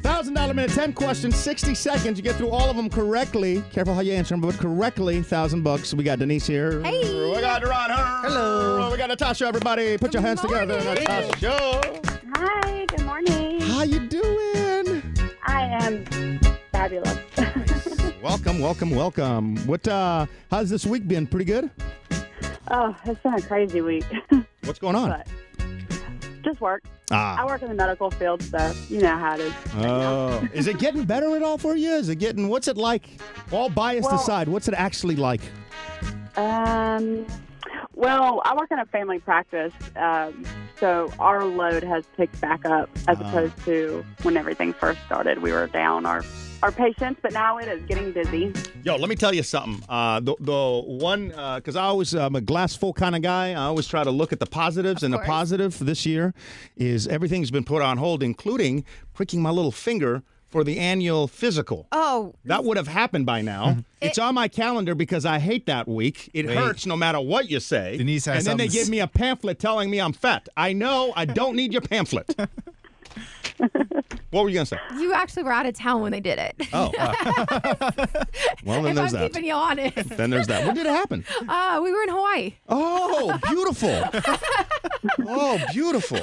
Thousand dollar minute, ten questions, sixty seconds. You get through all of them correctly. Careful how you answer them, but correctly, thousand bucks. We got Denise here. We got Ron. Hello. Oh, We got Natasha. Everybody, put your hands together. morning. Natasha. Hi, good morning. How you doing? I am fabulous. Welcome, welcome, welcome. What? uh How's this week been? Pretty good. Oh, it's been a crazy week. What's going on? But just work. Ah. I work in the medical field, so you know how it is. Oh, is it getting better at all for you? Is it getting? What's it like? All bias Well- aside, what's it actually like? Um, well, I work in a family practice, um, so our load has picked back up as Ah. opposed to when everything first started. We were down our our patients, but now it is getting busy. Yo, let me tell you something. Uh, the, the one, because I always, I'm a glass full kind of guy. I always try to look at the positives, and the positive this year is everything's been put on hold, including pricking my little finger for the annual physical. Oh, That would have happened by now. it's on my calendar because I hate that week. It Mm-hmm. Wait. hurts no matter what you say. Denise and has then they something to give s- me a pamphlet telling me I'm fat. I know I don't need your pamphlet. what were you gonna say? you actually were out of town when they did it. Oh, well then if there's I'm that. keeping you honest. Then there's that. When did it happen? Uh, we were in Hawaii. Oh, beautiful. oh, beautiful.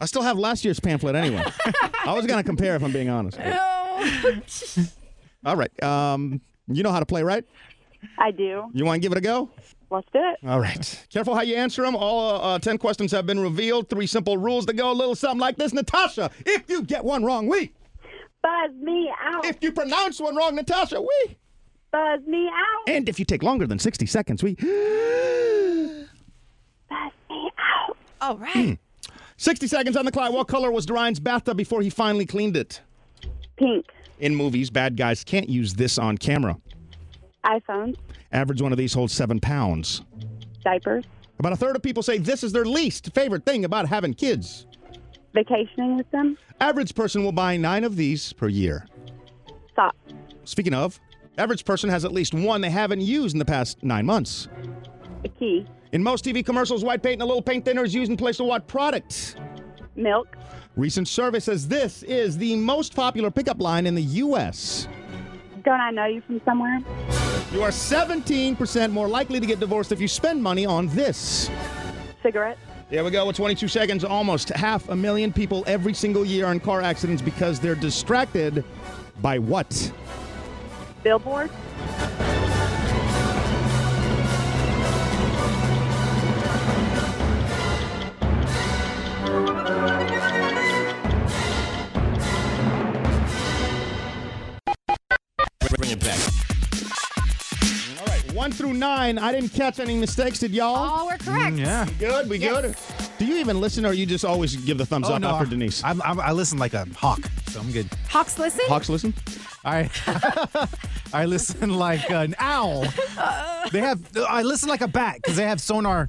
I still have last year's pamphlet anyway. I was going to compare if I'm being honest. All right. Um, you know how to play, right? I do. You want to give it a go? Let's do it. All right. Careful how you answer them. All uh, uh, 10 questions have been revealed. Three simple rules to go. A little something like this. Natasha, if you get one wrong, we. Buzz me out. If you pronounce one wrong, Natasha, we. Buzz me out. And if you take longer than 60 seconds, we. Buzz me out. All right. 60 seconds on the clock. What color was Dorian's bathtub before he finally cleaned it? Pink. In movies, bad guys can't use this on camera. iPhones. Average one of these holds seven pounds. Diapers. About a third of people say this is their least favorite thing about having kids. Vacationing with them. Average person will buy nine of these per year. Socks. Speaking of, average person has at least one they haven't used in the past nine months. A key. In most TV commercials, white paint and a little paint thinner is used in place of what product? Milk. Recent survey says this is the most popular pickup line in the U.S. Don't I know you from somewhere? You are 17% more likely to get divorced if you spend money on this. Cigarette. There we go with 22 seconds. Almost half a million people every single year are in car accidents because they're distracted by what? Billboard. Bring it back. All right, one through nine. I didn't catch any mistakes, did y'all? Oh, we're Hmm, correct. yeah. Good, we good. Do you even listen, or you just always give the thumbs Oh, up no, after I- Denise? I'm, I'm, I listen like a hawk, so I'm good. Hawks listen. Hawks, listen. All right. I listen like an owl. They have. I listen like a bat because they have sonar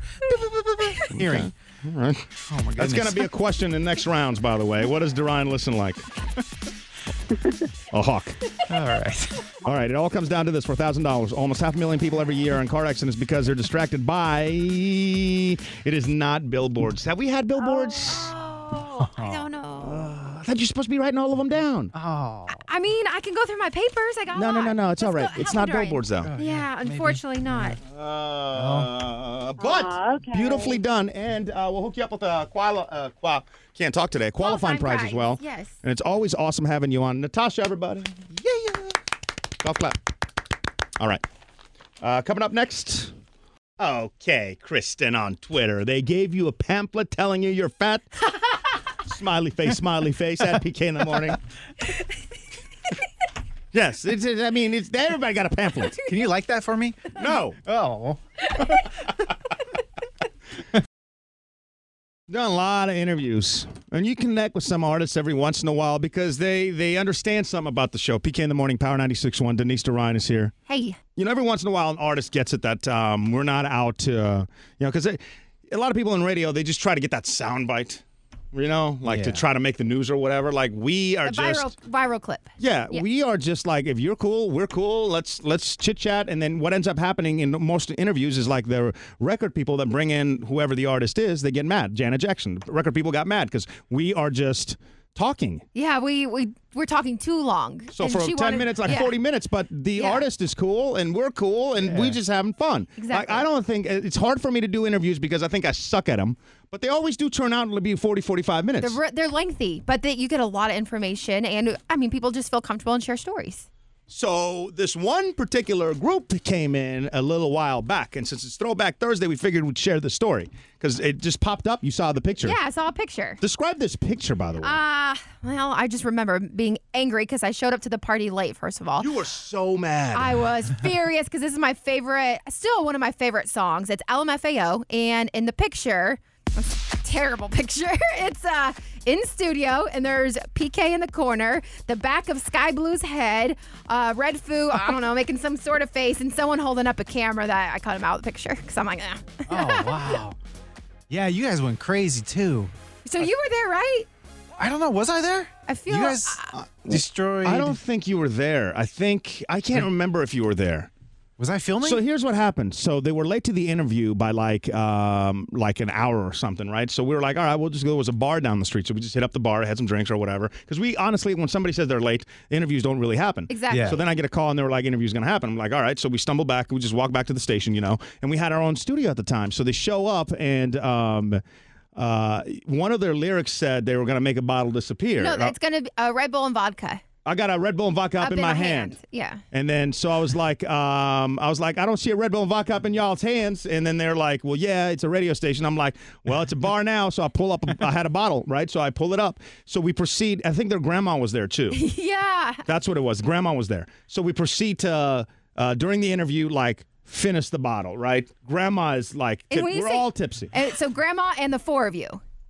hearing. All right. Oh my That's goodness. going to be a question in the next rounds, by the way. What does Derine listen like? a hawk. All right. All right. It all comes down to this for $1,000. Almost half a million people every year are in car accidents because they're distracted by. It is not billboards. Have we had billboards? Ah. Oh, I don't know. I thought you're supposed to be writing all of them down. Oh. I mean, I can go through my papers. I got a No, no, lot. no, no. It's all right. Help It's me, not Dorian. billboards, though. yeah, unfortunately not. Uh, but beautifully done, and uh, we'll hook you up with a quali- uh, qual- can't talk today qualifying, prize, as well. yes. and it's always awesome having you on, Natasha. Everybody, yeah, yeah. Golf clap. All right, uh, coming up next. Okay, Kristen on Twitter. They gave you a pamphlet telling you you're fat. smiley face, smiley face. At PK in the morning. yes, it's, it's- I mean, it's everybody got a pamphlet. Can you like that for me? No. Oh. done a lot of interviews and you connect with some artists every once in a while because they they understand something about the show pk in the morning power 96.1 denise DeRine is here Hey. you know every once in a while an artist gets it that um, we're not out to uh, you know because a lot of people in radio they just try to get that sound bite you know like to Yeah. try to make the news or whatever like we are The just viral, viral clip. yeah, Yeah. we are just like if you're cool, we're cool. Let's let's chit chat, and then what ends up happening in most interviews is like the record people that bring in whoever the artist is, they get mad. Janet Jackson, record people got mad because we are just talking. Yeah, we, we, we're talking too long. So and for she ten wanted- minutes, like yeah. forty minutes, but the artist is cool, and we're cool, and we just having fun. Like Exactly. I don't think it's hard for me to do interviews because I think I suck at them, but they always do turn out to be 40, 45 minutes. They're, re- they're lengthy, but that you get a lot of information, and I mean, people just feel comfortable and share stories. So this one particular group that came in a little while back, and since it's Throwback Thursday, we figured we'd share the story because it just popped up. You saw the picture. Yeah, I saw a picture. Describe this picture, by the way. Ah, well, I just remember being angry because I showed up to the party late. First of all, you were so mad. I was furious because this is my favorite, still one of my favorite songs. It's LMFAO, and in the picture, terrible picture. It's uh in studio, and there's PK in the corner, the back of Sky Blue's head, uh, Red Foo, I don't know, making some sort of face, and someone holding up a camera that I cut him out of the picture because I'm like, eh. Oh wow. Yeah, you guys went crazy too. so you were there, right? I don't know. Was I there? I feel you guys uh, destroyed. I don't think you were there. I think I can't remember if you were there. Was I filming? So here's what happened. So they were late to the interview by like um, like an hour or something, right? So we were like, all right, we'll just go. There was a bar down the street, so we just hit up the bar, had some drinks or whatever. Because we honestly, when somebody says they're late, the interviews don't really happen. Exactly. Yeah. So then I get a call and they were like, interview's gonna happen. I'm like, all right. So we stumble back, we just walk back to the station, you know, and we had our own studio at the time. So they show up and. Um, uh, one of their lyrics said they were going to make a bottle disappear. No, And I- it's gonna be uh, Red Bull and vodka I got a Red Bull and vodka up, in, my a hand. Yeah. And then so I was like, um, I was like, I don't see a Red Bull and vodka up in y'all's hands. And then they're like, Well, yeah, it's a radio station. I'm like, Well, it's a bar now. So I pull up. I had a bottle, right? So I pull it up. So we proceed. I think their grandma was there too. yeah. That's what it was. Grandma was there. So we proceed to uh, during the interview, like finish the bottle, right? Grandma is like, And tip- when you we're say- all tipsy. And so grandma and the four of you.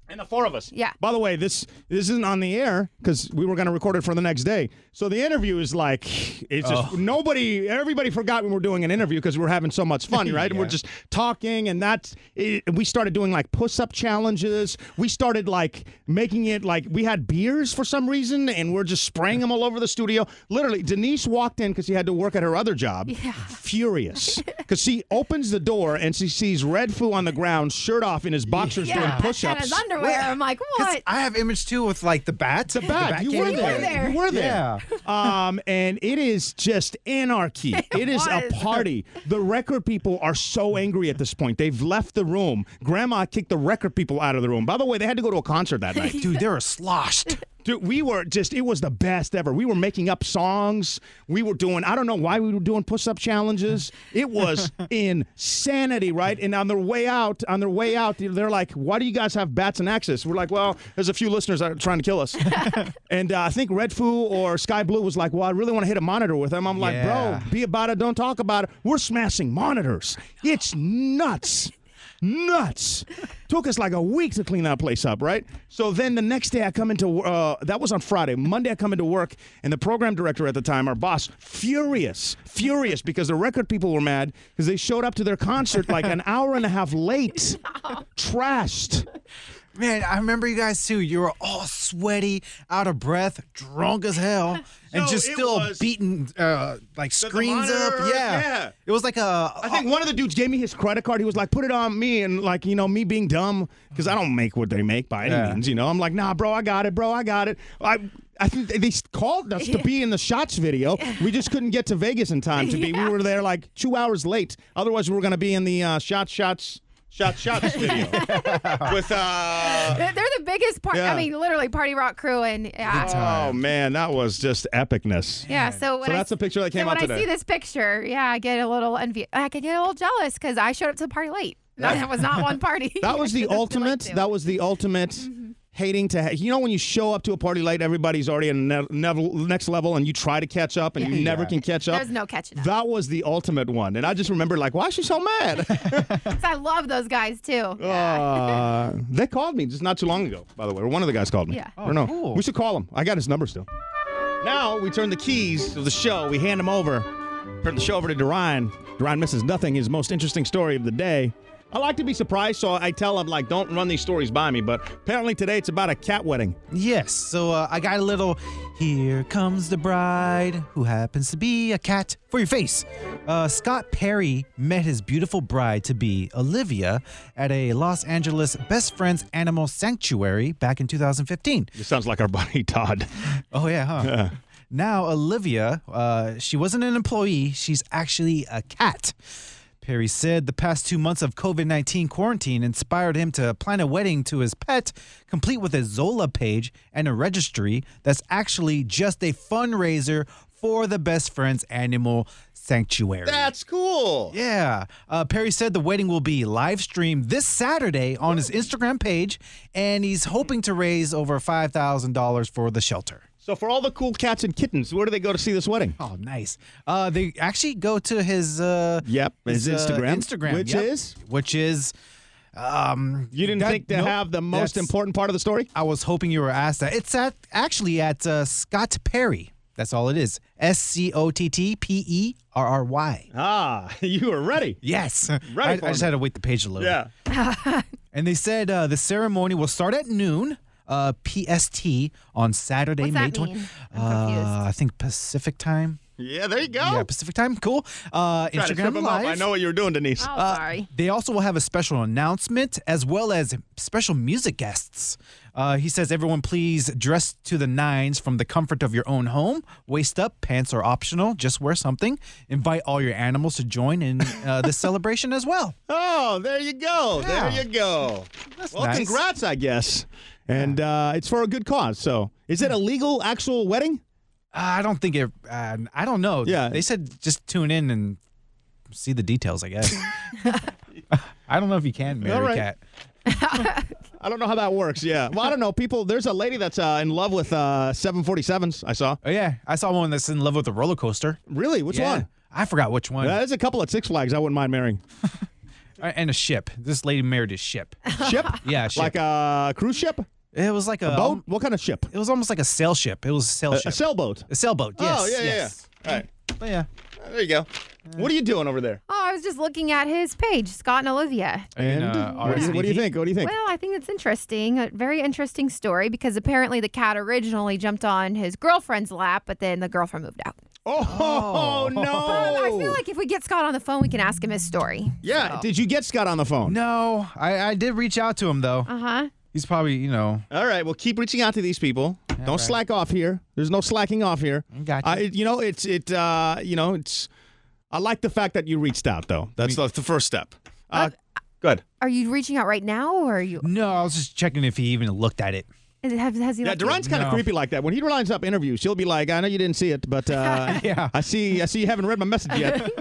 And the four of us. Yeah. By the way, this this isn't on the air because we were going to record it for the next day. So the interview is like, it's just Oh. nobody, everybody forgot we were doing an interview because we were having so much fun, right? And we're Yeah. just talking, and that's it, we started doing like push up challenges. We started like making it like we had beers for some reason, and we're just spraying them all over the studio. Literally, Denise walked in because she had to work at her other job, furious because she opens the door and she sees Red Foo on the ground, shirt off in his boxers doing push and ups. his underwear. I'm like, 'Cause what? I have image too with like the bat. The bat. You were game. there. You were there. Um, and it is just anarchy. it is a was. party. The record people are so angry at this point. They've left the room. Grandma kicked the record people out of the room. By the way, they had to go to a concert that night. Dude, they were sloshed. Dude, we were just, it was the best ever. We were making up songs. We were doing, I don't know why we were doing push up challenges. It was insanity, right? And on their way out, on their way out, they're like, why do you guys have bats and axes? We're like, well, there's a few listeners that are trying to kill us. and uh, I think Red Foo or Sky Blue was like, well, I really want to hit a monitor with them. I'm like, Yeah. bro, be about it, don't talk about it. We're smashing monitors. It's nuts. nuts. Took us like a week to clean that place up, right? So then the next day I come into uh, that was on Friday. Monday I come into work, and the program director at the time, our boss, furious, furious because the record people were mad because they showed up to their concert like an hour and a half late, trashed. Man, I remember you guys too. You were all sweaty, out of breath, drunk as hell, and No, just it still was- beating uh, like screens up. monitor, Yeah. yeah. It was like a. I think one of the dudes gave me his credit card. He was like, "Put it on me," and like, you know, me being dumb because I don't make what they make by any Yeah. means. You know, I'm like, "Nah, bro, I got it, bro, I got it." I, I think they- they called us to be in the shots video. We just couldn't get to Vegas in time to be. We were there like two hours late. Otherwise, we were gonna be in the uh, shots, shots, shots, shots video with. Uh, They're they're the biggest part. Yeah. I mean, literally, Party Rock crew and yeah. oh man, that was just epicness. Yeah, so when so I that's a picture that So came when out today. I see this picture, yeah, I get a little envy. I can get a little jealous because I showed up to the party late. No, that was not one party. That was the ultimate. That was the ultimate Mm-hmm. hating to. Ha- you know when you show up to a party late, everybody's already in ne- nev- next level, and you try to catch up, and you Yeah. never Yeah. can catch up. There's no catching up. That was the ultimate one, and I just remember like, why is she so mad? 'Cause I love those guys Oh, too. uh, they called me just not too long ago, by the way. Or one of the guys called me. Yeah. I don't know. We should call him. I got his number still. Now we turn the keys of the show. We hand them over. Turn the show over to Derine. Derine misses nothing. His most interesting story of the day. I like to be surprised, so I tell him like, don't run these stories by me. But apparently today it's about a cat wedding. Yes. So uh, I got a little. Here comes the bride, who happens to be a cat for your face. Uh, Scott Perry met his beautiful bride to be Olivia at a Los Angeles best friends animal sanctuary back in 2015. This sounds like our buddy Todd. Oh yeah, huh? Yeah. Now Olivia, uh, she wasn't an employee; she's actually a cat. Perry said the past two months of COVID 19 quarantine inspired him to plan a wedding to his pet, complete with a Zola page and a registry that's actually just a fundraiser for the Best Friends Animal Sanctuary. That's cool. Yeah. Uh, Perry said the wedding will be live streamed this Saturday on his Instagram page, and he's hoping to raise over $5,000 for the shelter. So for all the cool cats and kittens, where do they go to see this wedding? Oh, nice. Uh, they actually go to his. Uh, yep, his uh, Instagram, Instagram, which yep. is? which is. Um, you didn't think to have the most important part of the story? I was hoping you were asked that. It's at actually at uh, Scott Perry. That's all it is. S C O T T P E R R Y. Ah, you were ready. Yes, Ready I, for I just him. had to wait the page a little. Yeah. And they said uh, the ceremony will start at noon uh, PST on Saturday, What's May that 20. mean? Uh, I think Pacific time. Yeah, there you go. Yeah, Pacific time. Cool. Uh, Try to trip Instagram him up. Live. I know what you were doing, Denise. Oh, sorry. They also will have a special announcement as well as special music guests. Uh, he says, everyone, please dress to the nines from the comfort of your own home. Waist up, pants are optional. Just wear something. Invite all your animals to join in uh, this celebration as well. Oh, there you go. There you go. well, nice. congrats, I guess. And uh, it's for a good cause. So, is it a legal actual wedding? I don't think it. Uh, I don't know. Yeah. they said just tune in and see the details. I guess. I don't know if you can marry All right. a cat. I don't know how that works. Yeah. Well, I don't know. People, there's a lady that's uh, in love with uh, 747s. I saw. Oh yeah, I saw one that's in love with a roller coaster. Really? Which Yeah. one? I forgot which one. Yeah, there's a couple at Six Flags. I wouldn't mind marrying. Uh, and a ship. This lady married a ship. Ship? Yeah, a ship. Like a cruise ship? it was like a, boat? What kind of ship? It was almost like a sail ship. It was a sail A- a ship. sailboat? A sailboat. Yes. oh, yeah, yeah, yes. yeah. All right. But yeah. There you go. What are you doing over there? Oh, I was just looking at his page, Scott and Olivia. And uh, what, do you, what do you think? What do you think? Well, I think it's interesting. A very interesting story because apparently the cat originally jumped on his girlfriend's lap, but then the girlfriend moved out. oh, no. Well, I feel like if we get Scott on the phone, we can ask him his story. yeah. Did you get Scott on the phone? No, I, I did reach out to him though. Uh huh. He's probably you know. All right. Well, keep reaching out to these people. Don't right. slack off here. There's no slacking off here. Gotcha. I, you know, it's it. Uh, you know, it's. I like the fact that you reached out, though. That's the, the first step. Uh, good. Are you reaching out right now, or are you? No, I was just checking if he even looked at it. Has, has he? Yeah, looked- Duran's kind of No. creepy like that. When he lines up interviews, he'll be like, "I know you didn't see it, but uh, Yeah. I see. I see you haven't read my message yet."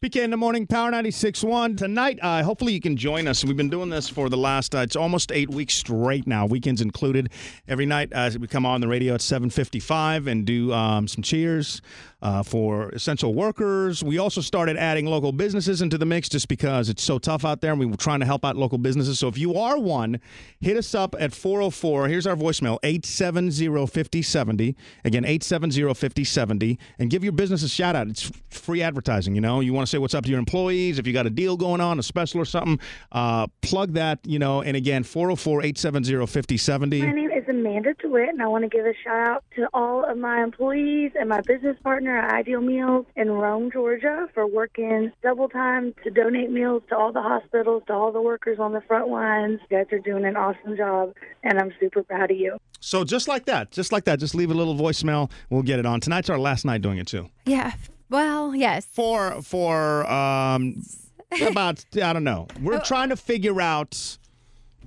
PK in the morning, Power 96.1. Tonight, uh, hopefully you can join us. We've been doing this for the last, uh, it's almost eight weeks straight now, weekends included. Every night uh, we come on the radio at 7.55 and do um, some cheers uh, for essential workers. We also started adding local businesses into the mix just because it's so tough out there and we were trying to help out local businesses. So if you are one, hit us up at 404. Here's our voicemail, 870-5070. Again, 870-5070. And give your business a shout out. It's f- free advertising, you know. You want to say what's up to your employees. If you got a deal going on, a special or something, uh, plug that, you know. And again, 404-870-5070. My name is Amanda DeWitt, and I want to give a shout out to all of my employees and my business partner at Ideal Meals in Rome, Georgia, for working double time to donate meals to all the hospitals, to all the workers on the front lines. You guys are doing an awesome job, and I'm super proud of you. So just like that, just like that, just leave a little voicemail. We'll get it on. Tonight's our last night doing it too. Yeah. Well, yes. For for um about I don't know. We're Oh. trying to figure out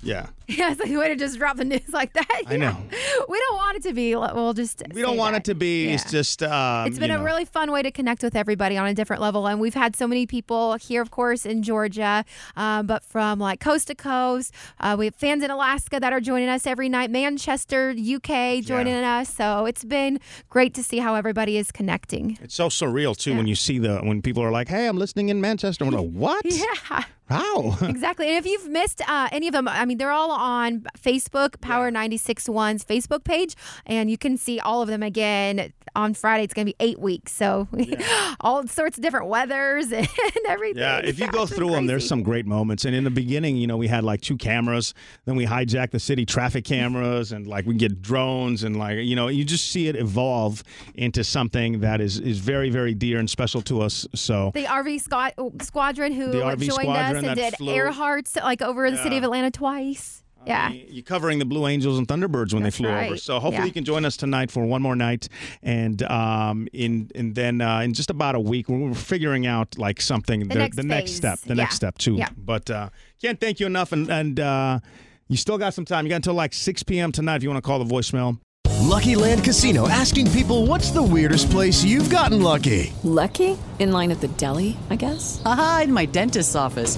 Yeah. Yeah, it's like a way to just drop the news like that. I know. We don't want it to be. We'll just. We don't want it to be it's just um It's been you a know. really fun way to connect with everybody on a different level. And we've had so many people here, of course, in Georgia, um, but from like coast to coast. Uh, we have fans in Alaska that are joining us every night, Manchester, UK joining us. So it's been great to see how everybody is connecting. It's so surreal too when you see the when people are like, "Hey, I'm listening in Manchester." I'm like, "What? Yeah. How?" Exactly. And if you've missed uh, any of them, I mean, they're all on Facebook, Power 96.1's Facebook page, and you can see all of them again on Friday. It's going to be eight weeks. So all sorts of different weathers and everything. Yeah, if you go through them, there's some great moments. And in the beginning, you know, we had like two cameras. Then we hijacked the city traffic cameras, and like we get drones, and like you know, you just see it evolve into something that is is very very dear and special to us. So The RV squad- oh, squadron who The RV joined squadron us and that did flew- Earhart's like over the city Yeah. of Atlanta twice. yeah. you're covering the Blue Angels and Thunderbirds when That's they flew over. right. So hopefully Yeah. you can join us tonight for one more night, and um, in and then uh, in just about a week we're figuring out like something The next phase. step, the Yeah. next step too. Yeah. But uh, can't thank you enough, and and uh, you still got some time. You got until like 6 p.m. tonight if you want to call the voicemail. Lucky Land Casino asking people what's the weirdest place you've gotten lucky? Lucky? In line at the deli, I guess? Aha, in my dentist's office.